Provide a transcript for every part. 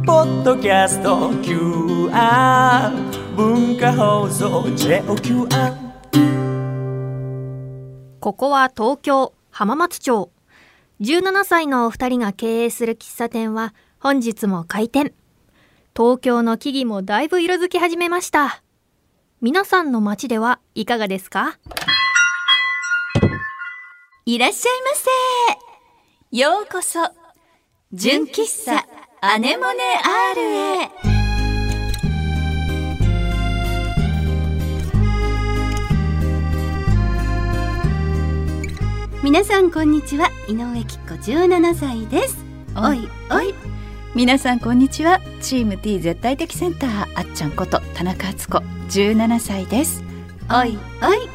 キャスト QR 文化放送 JOQR ここは東京浜松町17歳のお二人が経営する喫茶店は本日も開店東京の木々もだいぶ色づき始めました皆さんの街ではいかがですかいらっしゃいませようこそ純喫茶アネモネ R へ皆さんこんにちは井上きっ子17歳ですおいおい皆さんこんにちはチーム T 絶対的センターあっちゃんこと田中敦子17歳ですおいおい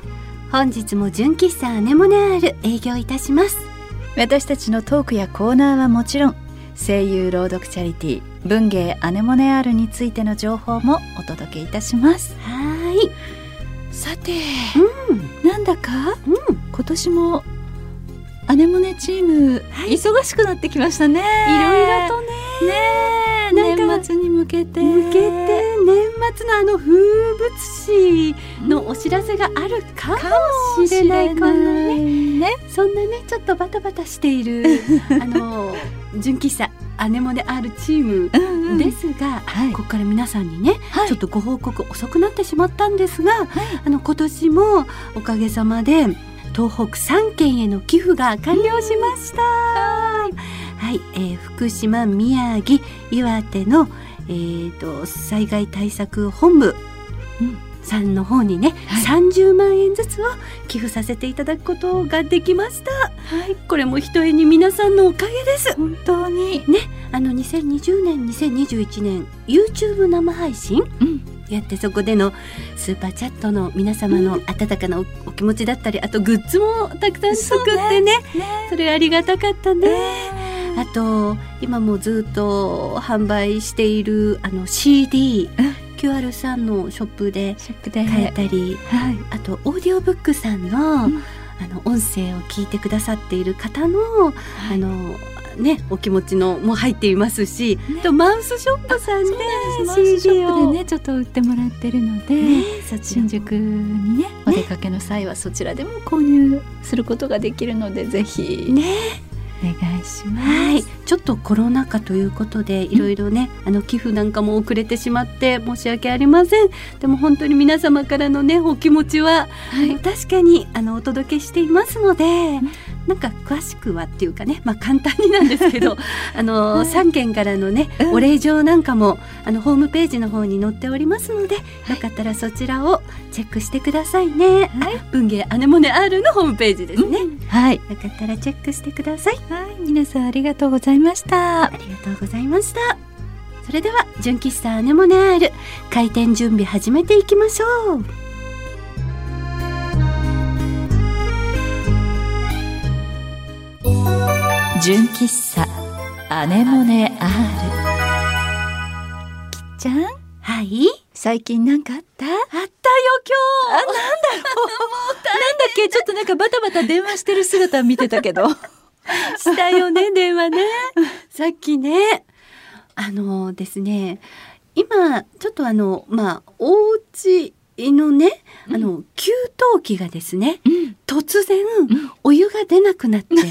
本日も純喫茶アネモネ R 営業いたします私たちのトークやコーナーはもちろん声優朗読チャリティー文芸アネモネアールについての情報もお届けいたしますはーいさて、うんなんだかうん今年もアネモネチーム、忙しくなってきましたねいいろいろとねなんか年末に向けて向けて年末のあの風物詩のお知らせがあるかもしれないこんなねねそんなねちょっとバタバタしている あの純喫茶アネモネ R チームうんうんですが、はいここから皆さんにね、はいちょっとご報告遅くなってしまったんですが、あの今年もおかげさまで東北3県への寄付が完了しました。はい、えー福島、宮城、岩手の、えー、と災害対策本部さんの方にね、は30万円ずつを寄付させていただくことができました。はい、これも一重に皆さんのおかげです。本当にあの2020年2021年 YouTube 生配信、うんやってそこでのスーパーチャットの皆様の温かなおお気持ちだったりあとグッズもたくさん作ってねそねれありがたかったね。あと今もずっと販売しているあの CD、QR さんのショップでショップで買えたり、はいあとオーディオブックさんの,、うんあの音声を聞いてくださっている方の、あのねお気持ちのも入っていますし、ねとマウスショップさんでマウスシ CD ョップをでねちょっと売ってもらってるので、ねそちらも新宿にねお出かけの際はそちらでも購入することができるのでぜひねお願いします。はいちょっとコロナ禍ということでいろいろね、あの寄付なんかも遅れてしまって申し訳ありませんでも本当に皆様からのねお気持ちは、はい確かにあのお届けしていますので、なんか詳しくはっていうかねまあ簡単になんですけ どあの、はい3件からのね、うんお礼状なんかもあのホームページの方に載っておりますので、よかったらそちらをチェックしてくださいね、はいあ文芸アネモネ R のホームページですね、はい、よかったらチェックしてくださいはい、皆さんありがとうございましたあ。りがとうございました。それでは純喫茶アネモネアール開店準備始めていきましょう。純喫茶アネモネ R。きっちゃん、はい。最近なんかあった？あったよ今日。なんだっけちょっとなんかバタバタ電話してる姿見てたけど。 したよね電話ね。 さっきねあのですね今ちょっとあのまあお家のねあの、給湯器がですね、うん突然、んお湯が出なくなってあの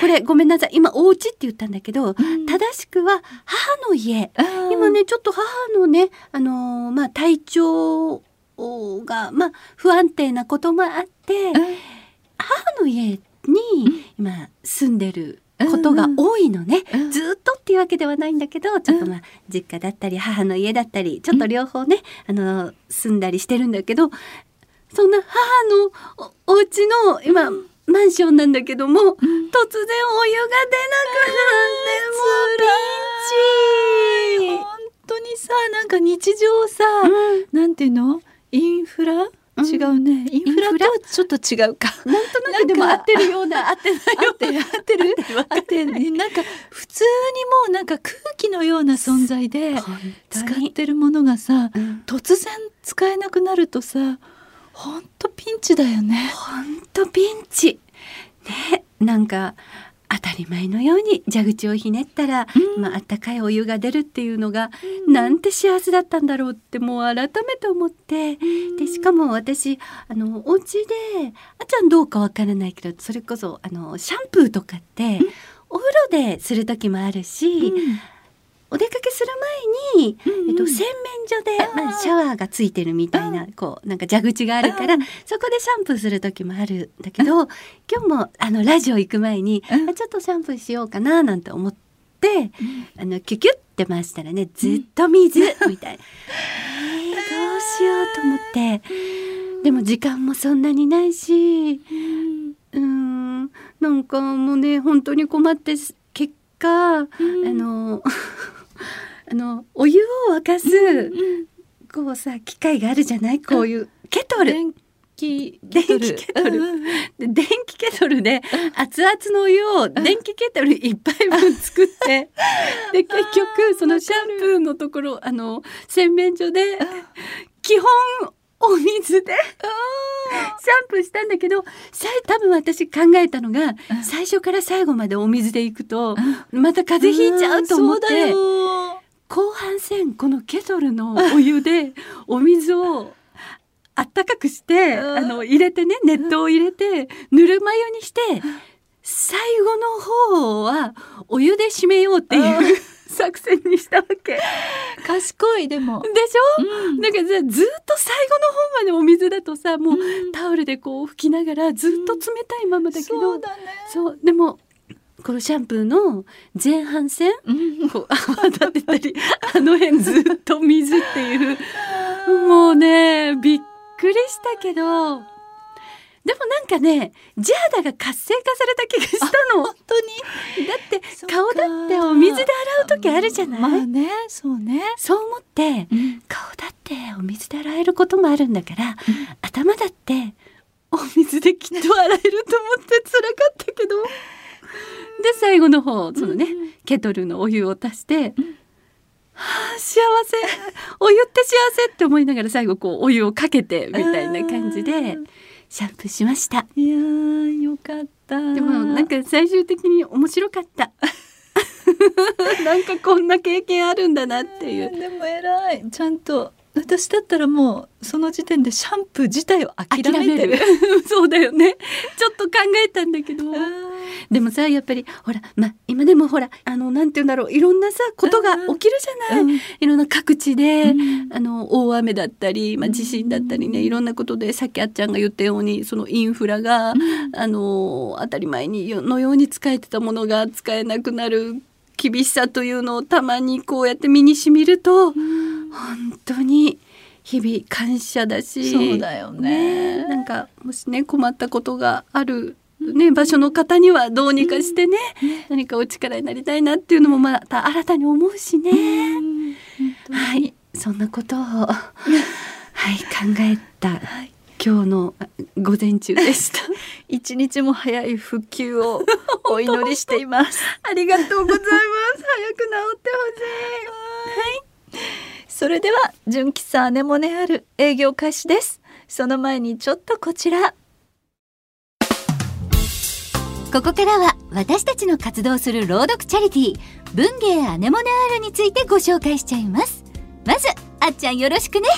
これごめんなさい今お家って言ったんだけど、正しくは母の家。今ねちょっと母のね、あのーまあ、体調が、まあ、不安定なこともあって、うん母の家に今住んでることがうん多いのね、うんずーっとっていうわけではないんだけどちょっとまあ実家だったり母の家だったりちょっと両方ね、あのー住んだりしてるんだけどそんな母のおお家の今、マンションなんだけども、突然お湯が出なくなって、もうピンチ本当にさなんか日常さ、なんていうのインフラ、ん違うねインフイランフとラはちょっと違うかなんとなくでも合なんかってるような合ってない合ってる合ってる合ってるなんか普通にもうなんか空気のような存在で使ってるものがさうん突然使えなくなるとさ本当ピンチだよね。ほんとピンチねなんかあったり前のように蛇口をひねったら、まああったかいお湯が出るっていうのが、なんて幸せだったんだろうってもう改めて思って、でしかも私あのお家であちゃんどうかわからないけどそれこそあのシャンプーとかって、お風呂でする時もあるし、お出かけする前に、えっと、洗面所で、まあ、シャワーがついてるみたいな、こうなんか蛇口があるから、そこでシャンプーする時もあるんだけど、今日もあのラジオ行く前に、あちょっとシャンプーしようかななんて思って、あのキュキュって回したらねずっと水みたいな、えーどうしようと思って、でも時間もそんなにないし、うーんなんかもうね本当に困ってす結果、あの あのお湯を沸かす、こうさ機械があるじゃないこういうケトル電気電気ケトル、で電気ケトルで熱々のお湯を電気ケトル一杯分作って で結局そのシャンプーのところあの洗面所で基本お水でシャンプーしたんだけどさい多分私考えたのが最初から最後までお水で行くとまた風邪ひいちゃうと思って。後半戦このケトルのお湯でお水をあったかくしてうんあの入れてね熱湯を入れてぬるま湯にして最後の方はお湯で締めようっていう 作戦にしたわけ。でし賢いでも、ょ、だからさずっと最後の方までお水だとさもうタオルでこう拭きながらずっと冷たいままだけど、そうだね、そうでもこのシャンプーの前半戦こう泡立てたりあの辺ずっと水っていうもうねびっくりしたけどでもなんかねジャーダが活性化された気がしたのだ本当にってそっか顔だってお水で洗う時あるじゃない、まあねそうね、そう思って顔だってお水で洗えることもあるんだから、頭だってお水できっと洗えると思って辛かったけどで最後の方そのね、ケトルのお湯を足して、はあ幸せお湯って幸せって思いながら最後こうお湯をかけてみたいな感じでシャンプーしましたいやーよかったでもなんか最終的に面白かった なんかこんな経験あるんだなっていうでも偉いちゃんと私だったらもうその時点でシャンプー自体を諦めてる そうだよねちょっと考えたんだけどでもさやっぱりほらまあ今でもほらあのなんて言うんだろういろんなさことが起きるじゃない、うんいろんな各地で、うんあの大雨だったり、まあ、地震だったりね、いろんなことでさっきあっちゃんが言ったようにそのインフラが、あの当たり前にのように使えてたものが使えなくなる厳しさというのをたまにこうやって身にしみると、本当に日々感謝だしそうだよえねなんかもしね困ったことがある、ね、場所の方にはどうにかしてね、何かお力になりたいなっていうのもまた新たに思うしね、はいそんなこと をはい考えた、今日のあ午前中でした 一日も早い復旧をお祈りして いますありがとうございます早く治ってほしい。はい。それでは純喫茶アネモネある営業開始です。その前にちょっとこちら。ここからは私たちの活動する朗読チャリティー「文芸アネモネアール」についてご紹介しちゃいますまずあっちゃんよろしくね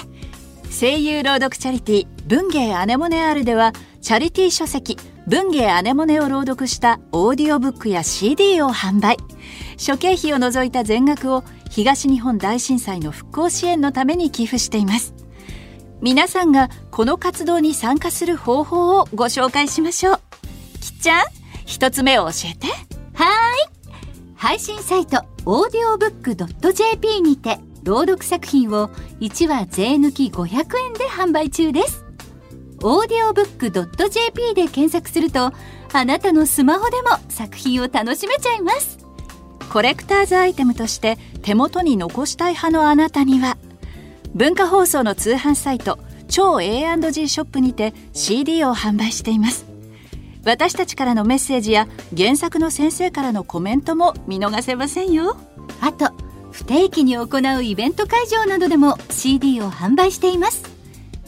声優朗読チャリティー文芸アネモネあるではチャリティー書籍文芸アネモネを朗読したオーディオブックや CD を販売。諸経費を除いた全額を東日本大震災の復興支援のために寄付しています。皆さんがこの活動に参加する方法をご紹介しましょう。きっちゃん、一つ目を教えて。配信サイトオーディオブックドット JP にて朗読作品を1話税抜き500円で販売中ですオーディオブックドット JP で検索するとあなたのスマホでも作品を楽しめちゃいますコレクターズアイテムとして手元に残したい派のあなたには文化放送の通販サイト超 A&G ショップにて CD を販売しています私たちからのメッセージや原作の先生からのコメントも見逃せませんよあと不定期に行うイベント会場などでも CD を販売しています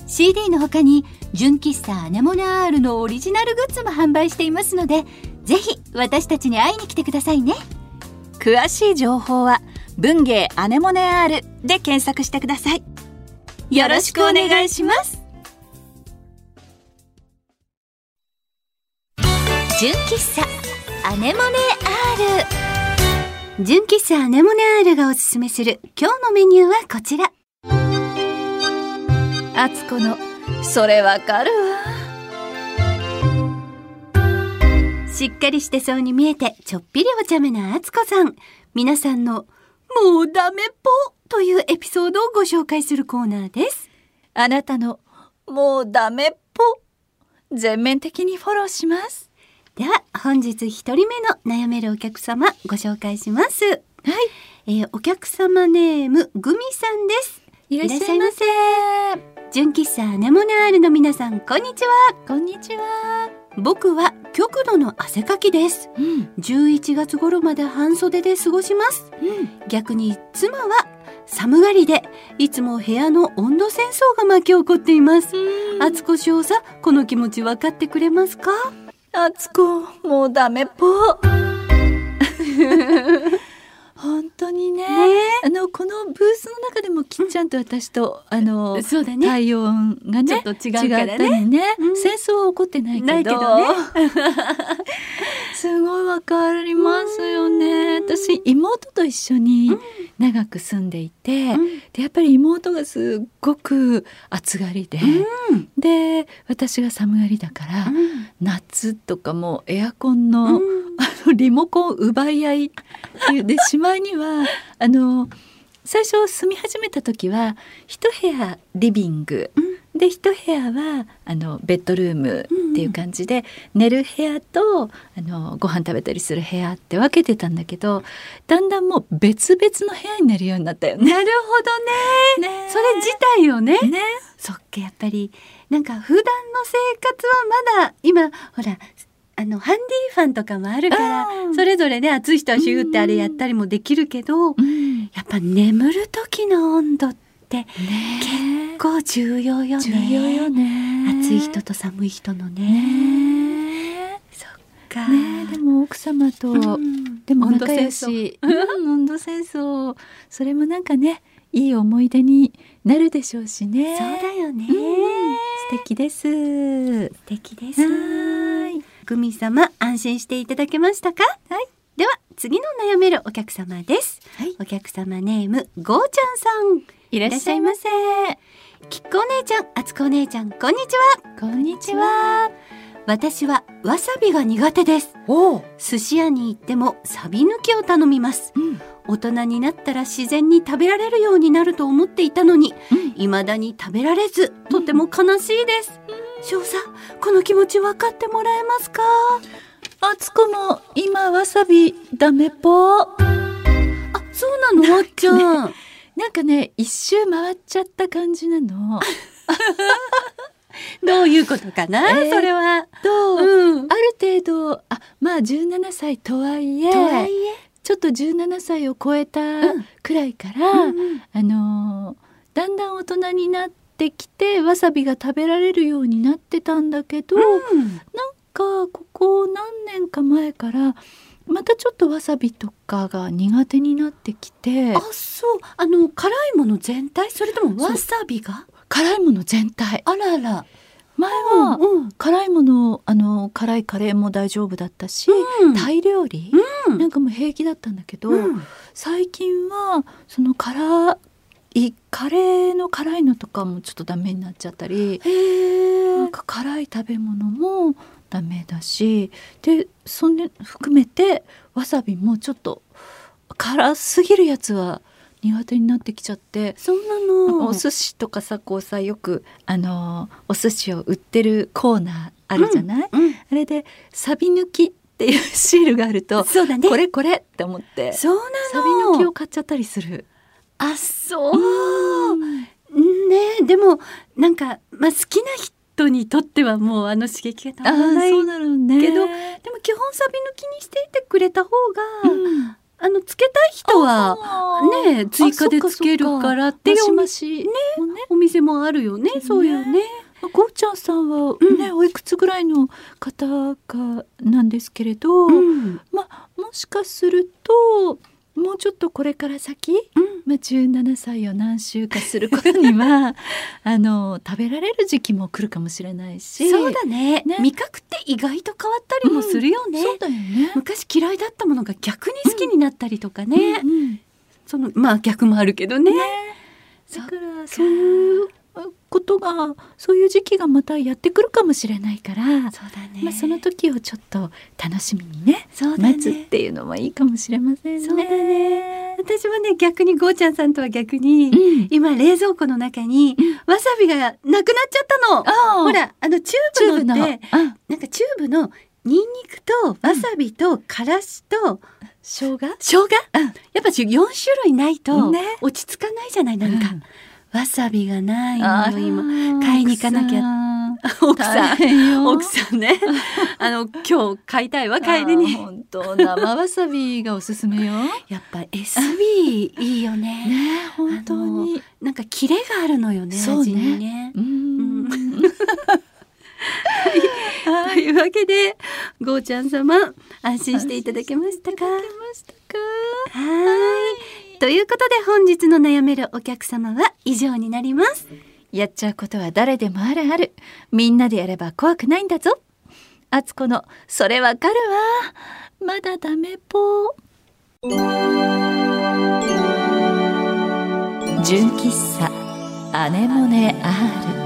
CD の他に純喫茶アネモネアールのオリジナルグッズも販売していますのでぜひ私たちに会いに来てくださいね詳しい情報は「文芸アネモネ R」で検索してくださいよろしくお願いします純喫茶アネモネ R 純喫茶アネモネアールがおすすめする今日のメニューはこちらあつこの「それわかるわしっかりしてそうに見えてちょっぴりお茶目なあつこさん皆さんのもうダメぽというエピソードをご紹介するコーナーです」あなたの「もうダメっぽ」全面的にフォローしますでは本日一人目の悩めるお客様ご紹介しますはい、えーお客様ネームグミさんですいらっしゃいませ純喫茶アネモネアールの皆さんこんにちはこんにちは、僕は極度の汗かきですうん11月頃まで半袖で過ごしますうん、逆に妻は寒がりでいつも部屋の温度戦争が巻き起こっています厚子少佐この気持ち分かってくれますかあつこもうダメっぽ本当にねあのこのブースの中でもきっちゃんと私と、あのそうだね体温がちょねっと違う違っからたねりね、うん戦争は起こってないけどないけどねすごいわかりますよね私妹と一緒に長く住んでいて、うんでやっぱり妹がすっごく暑がりで、うんで私が寒がりだから、夏とかもうエアコンの,、うんあのリモコン奪い合いっ ていうでしまいにはあの最初住み始めた時は一部屋リビング、で一部屋はあのベッドルームっていう感じで、寝る部屋とあのご飯食べたりする部屋って分けてたんだけどだんだんもう別々の部屋になるようになったよね。なるほどねねそれ自体をねねそっかやっぱりなんか普段の生活はまだ今ほらあのハンディファンとかもあるからうんそれぞれね暑い人はシューってあれやったりもできるけど、うんやっぱ眠る時の温度ってね結構重要よね重要よね暑い人と寒い人のねねそっか、ねでも奥様と、うんでも温度仲戦良争しうん温度戦争それもなんかねいい思い出になるでしょうしねそうだよね、うん素敵です素敵ですはいグミ様安心していただけましたかはいでは次の悩めるお客様です、はいお客様ネームゴーちゃんさんいらいらっしゃいませきっこお姉ちゃんあつこお姉ちゃんこんにちはこんにちはは私はわさびが苦手ですおう、寿司屋に行ってもサビ抜きを頼みますうん大人になったら自然に食べられるようになると思っていたのに未だに食べられずとても悲しいです少佐この気持ち分かってもらえますかあつこも今わさびダメぽあそうなのわっちゃん、なんかね一周回っちゃった感じなの どういうことかな、えーそれはどう、うんある程度あまあ17歳とはいえとはいえ、ちょっと17歳を超えたくらいから、あのーだんだん大人になってきてわさびが食べられるようになってたんだけど、うんなんかここ何年か前からまたちょっとわさびとかが苦手になってきてあそうあの辛いもの全体それともわさびが辛いもの全体あらら前はうん辛いものあの辛いカレーも大丈夫だったし、うんタイ料理、うんなんかもう平気だったんだけど、うん最近はその辛いカレーの辛いのとかもちょっとダメになっちゃったりへなえんか辛い食べ物もダメだしでそれ含めてわさびもちょっと辛すぎるやつは苦手になってきちゃって。そんななんかのお寿司とかさこうさよくあのーお寿司を売ってるコーナーあるじゃない、うんあれで「サビ抜き」っていうシールがあるとそうだねこれこれって思ってサそうビなの抜きを買っちゃったりする。あそうねでもなんか、まあ、好きな人にとってはもうあの刺激がたまらないでもなるねけけどど、基本サビ抜きにしていてくれた方が、うんあのつけたい人はねね追加でつけるからっていうマシおマ店シお店もあるよねねそうよね。こゴーちゃんさんはね、おいくつぐらいの方かなんですけれど、うんまあもしかするともうちょっとこれから先、まあ、17歳を何週かする頃に はあの食べられる時期も来るかもしれないしそうだねね味覚って意外と変わったりもするよね、そうだよね。昔嫌いだったものが逆に好きになったりとかね、うんうんそのまあ逆もあるけどねだからそういうことがそういう時期がまたやってくるかもしれないから、そうだねまあ、その時をちょっと楽しみにねそうだね待つっていうのもいいかもしれませんね。そうだね私はね逆にゴーちゃんさんとは逆に、うん今冷蔵庫の中にわさびがなくなっちゃったのああほらあのチチュューーブブののってあなんかチューブのニンニクとわさびとからしと生姜生姜、やっぱ4種類ないとね落ち着かないじゃないなんか、うんわさびがないあのらよ今買いに行かなきゃゃ奥大さん変よ奥さんねあの今日買いたいわ帰りあーに本当生わさびがおすすめよやっぱ SB いいよねね本当になんかキレがあるのよねそう味ねにねううんと んいうわけでゴーちゃん様安心していただけましたかはいということで本日の悩めるお客様は以上になりますやっちゃうことは誰でもあるあるみんなでやれば怖くないんだぞあつこのそれわかるわまだダメぽ純喫茶アネモネ R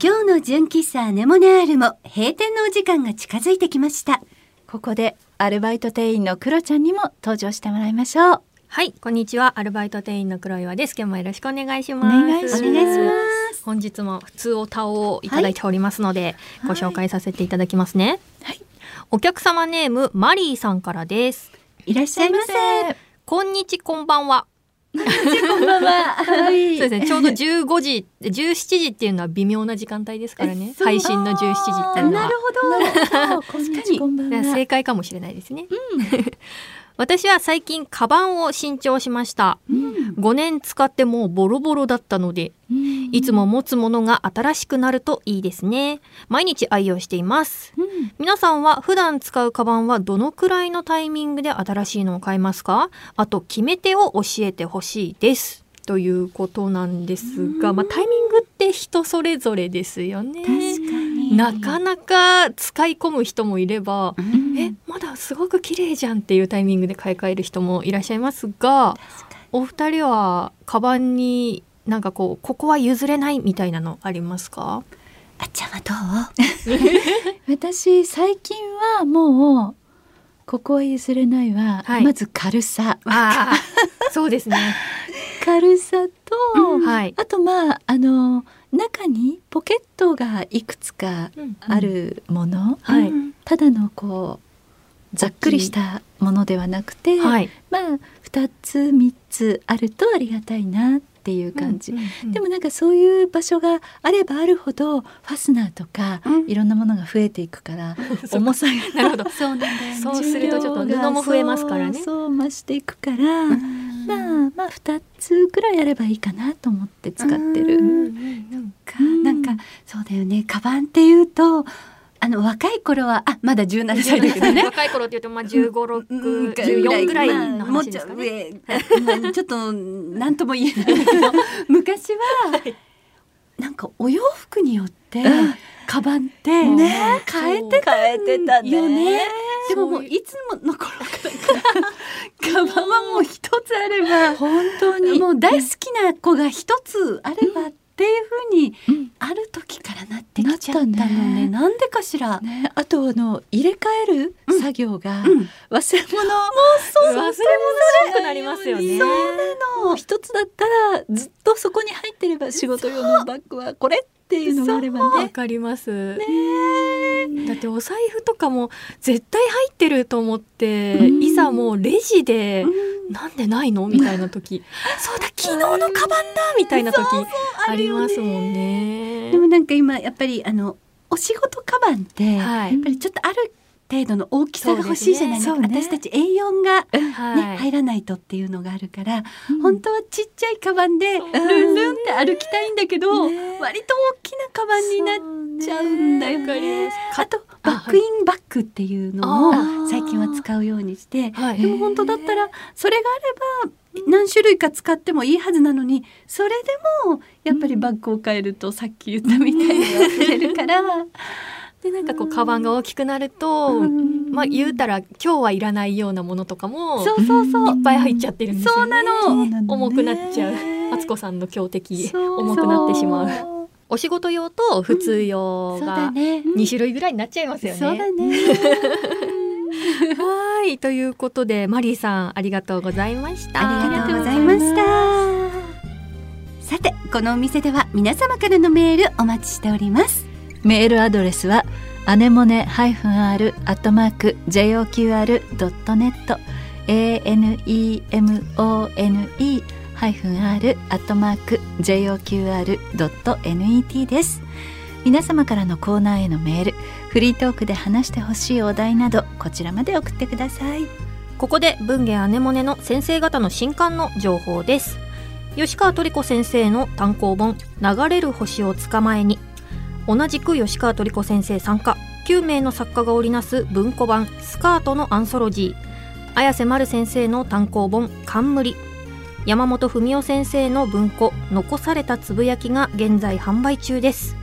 今日の純喫茶アネモネアールも閉店のお時間が近づいてきましたここでアルバイト店員のクロちゃんにも登場してもらいましょうはい、こんにちは。アルバイト店員の黒岩です。今日もよろしくお願いします。お願いしおま願いします本日も普通おたをいただいておりますので、ご紹介させていただきますね。はいお客様ネームマリーさんからです。いらっしゃいませこんにちこんばんは。こんばんははい そうですね。ちょうど15時、17時っていうのは微妙な時間帯ですからね。配信の17時っていうのは。 なるほど確かにこんばんだからは正解かもしれないですね。 私は最近カバンを新調しました。5年使ってもうボロボロだったので、いつも持つものが新しくなるといいですね。毎日愛用しています。皆さんは普段使うカバンはどのくらいのタイミングで新しいのを買いますかあと決め手を教えてほしいです。ということなんですが、まあ、タイミングって人それぞれですよね。なかなか使い込む人もいれば、えまだすごく綺麗じゃんっていうタイミングで買い替える人もいらっしゃいますがお二人はカバンになんかこうここは譲れないみたいなのありますかあっちゃんはどう私最近はもうここは譲れないは、はいまず軽さああ そうですね。軽さと、はい、あとまああの中にポケットがいくつかあるもの、はいうんただのこうざっくりしたものではなくて、はい、まあ2つ3つあるとありがたいなっていう感じ、でも もなんかそういう場所があればあるほどファスナーとか、うんいろんなものが増えていくから重さがなるほどそうなんだよねそうするとちょっと布も増えますからねそうそう増していくから、まあまあ2つくらいあればいいかなと思って使ってうる。かなんかそうだよねカバンっていうとあの若い頃はあまだ17歳だけどね若い頃って言うとまあ15、六うん14ぐらいの話ですかね。まあもうちょっと上まあちょっと何とも言えないけど昔はなんかお洋服によってカバンってね変えてた変えてたよね。でももそうういういつもの頃からカバンはもう一つあれば本当にもう大好きな子が一つあればっていうふうにうんある時からなってきちゃったのなったね。ねなんでかしら。ね、あとあの入れ替える作業がうん忘れ物、忘れ物したくなりますよね。もう一つだったらずっとそこに入ってれば仕事用のバッグはこれっていうのがあればわね。かります。だってお財布とかも絶対入ってると思って、うんいざもうレジで、なんでないのみたいな時 そうだ昨日のカバンだみたいな時ありますもんねでもなんか今やっぱりあのお仕事カバンって、やっはいぱりちょっとある程度の大きさが欲しいじゃないですかそうですね私たち A4 が、ねはい入らないとっていうのがあるから、本当はちっちゃいカバンでルンルンって歩きたいんだけど、割と大きなカバンになっちゃうんだよそうね。ねあとバックインバッグっていうのあを最近は使うようにして、はいでも本当だったらそれがあれば何種類か使ってもいいはずなのにそれでもやっぱりバッグを変えるとさっき言ったみたいに忘れるから、でなんかこうカバンが大きくなると、うんまあ言うたら今日はいらないようなものとかもそうそうそう、いっぱい入っちゃってるんですよね。そうなの重くなっちゃう。マツコさんの強敵重くなってしまう。うお仕事用と普通用そうだがね2種類ぐらいになっちゃいますよね。そうだね はいということでマリーさんありがとうございました。ありがとうございましたさてこのお店では皆様からのメールお待ちしておりますメールアドレスはアネモネ -r アットマーク JOQR.net anemone -r アットマーク JOQR.net です皆様からのコーナーへのメールフリートークで話してほしいお題などこちらまで送ってくださいここで文芸アネモネの先生方の新刊の情報です吉川トリコ先生の単行本「流れる星を捕まえに」同じく吉川トリコ先生参加9名の作家が織りなす文庫版「スカート」のアンソロジー綾瀬丸先生の単行本「冠」山本文夫先生の文庫「残されたつぶやき」が現在販売中です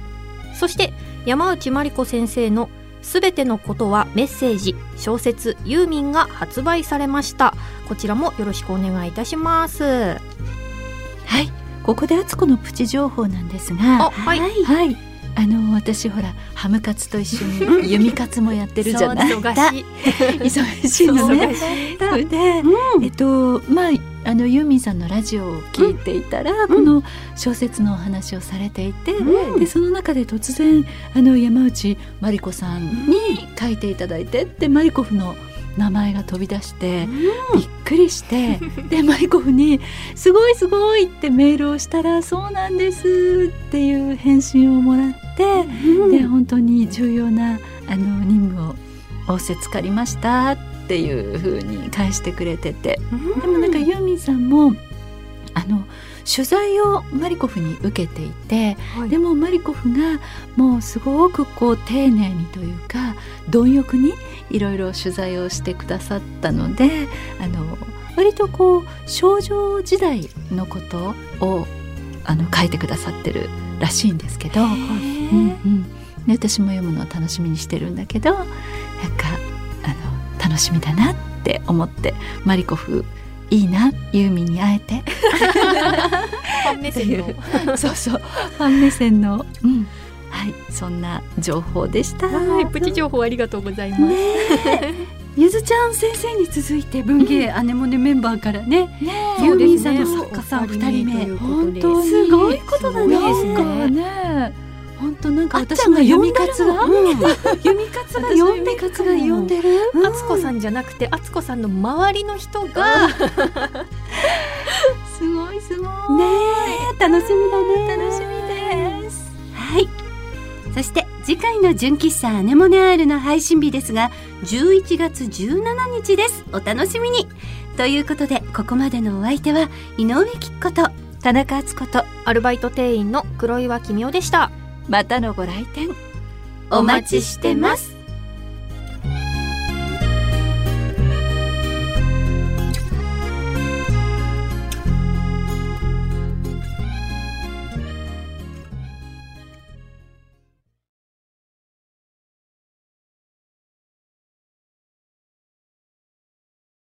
そして山内まりこ先生のすべてのことはメッセージ小説ユーミンが発売されましたこちらもよろしくお願いいたしますあはいここであつこのプチ情報なんですがはいはいあの私ほらハムカツと一緒に弓カツもやってるじゃないそう忙しい 忙しいのね忙しいそれで、えっとまああのユーミンさんのラジオを聞いていたら、この小説のお話をされていて、でその中で突然あの山内まりこさんに書いていただいてでマリコフの名前が飛び出して、びっくりしてでマリコフに「すごいすごい!」ってメールをしたら「そうなんです」っていう返信をもらって、で本当に重要なあの任務を仰せつかりましたっていうふうに返してくれてて、でもなんかユーミンさんもあの取材をマリコフに受けていて、はいでもマリコフがもうすごくこう丁寧にというか貪欲にいろいろ取材をしてくださったのであの割とこう少女時代のことをあの書いてくださってるらしいんですけど、うんうん、で私も読むのを楽しみにしてるんだけどなんかあの楽しみだなって思ってマリコフいいなユーミンに会えて目線のそうそうファン目線の、うん、はいそんな情報でした。はいプチ情報ありがとうございます、ゆずちゃん先生に続いて文芸アネモネメンバーからねユそうーですねミンさんの作家さん二人目本当にすごいことだねすごいですねなんかね本当なんかあっち私ゃんのが読み読み活活がが読み活が読んで活が読んでるあつこさんじゃなくてあつこさんの周りの人がすごいすごいねえ 楽しみだね楽しみです。はいそして次回の純喫茶アネモネアールの配信日ですが11月17日ですお楽しみにということでここまでのお相手は井上貴子と田中敦子とアルバイト店員の黒岩君代でしたまたのご来店お待ちしてます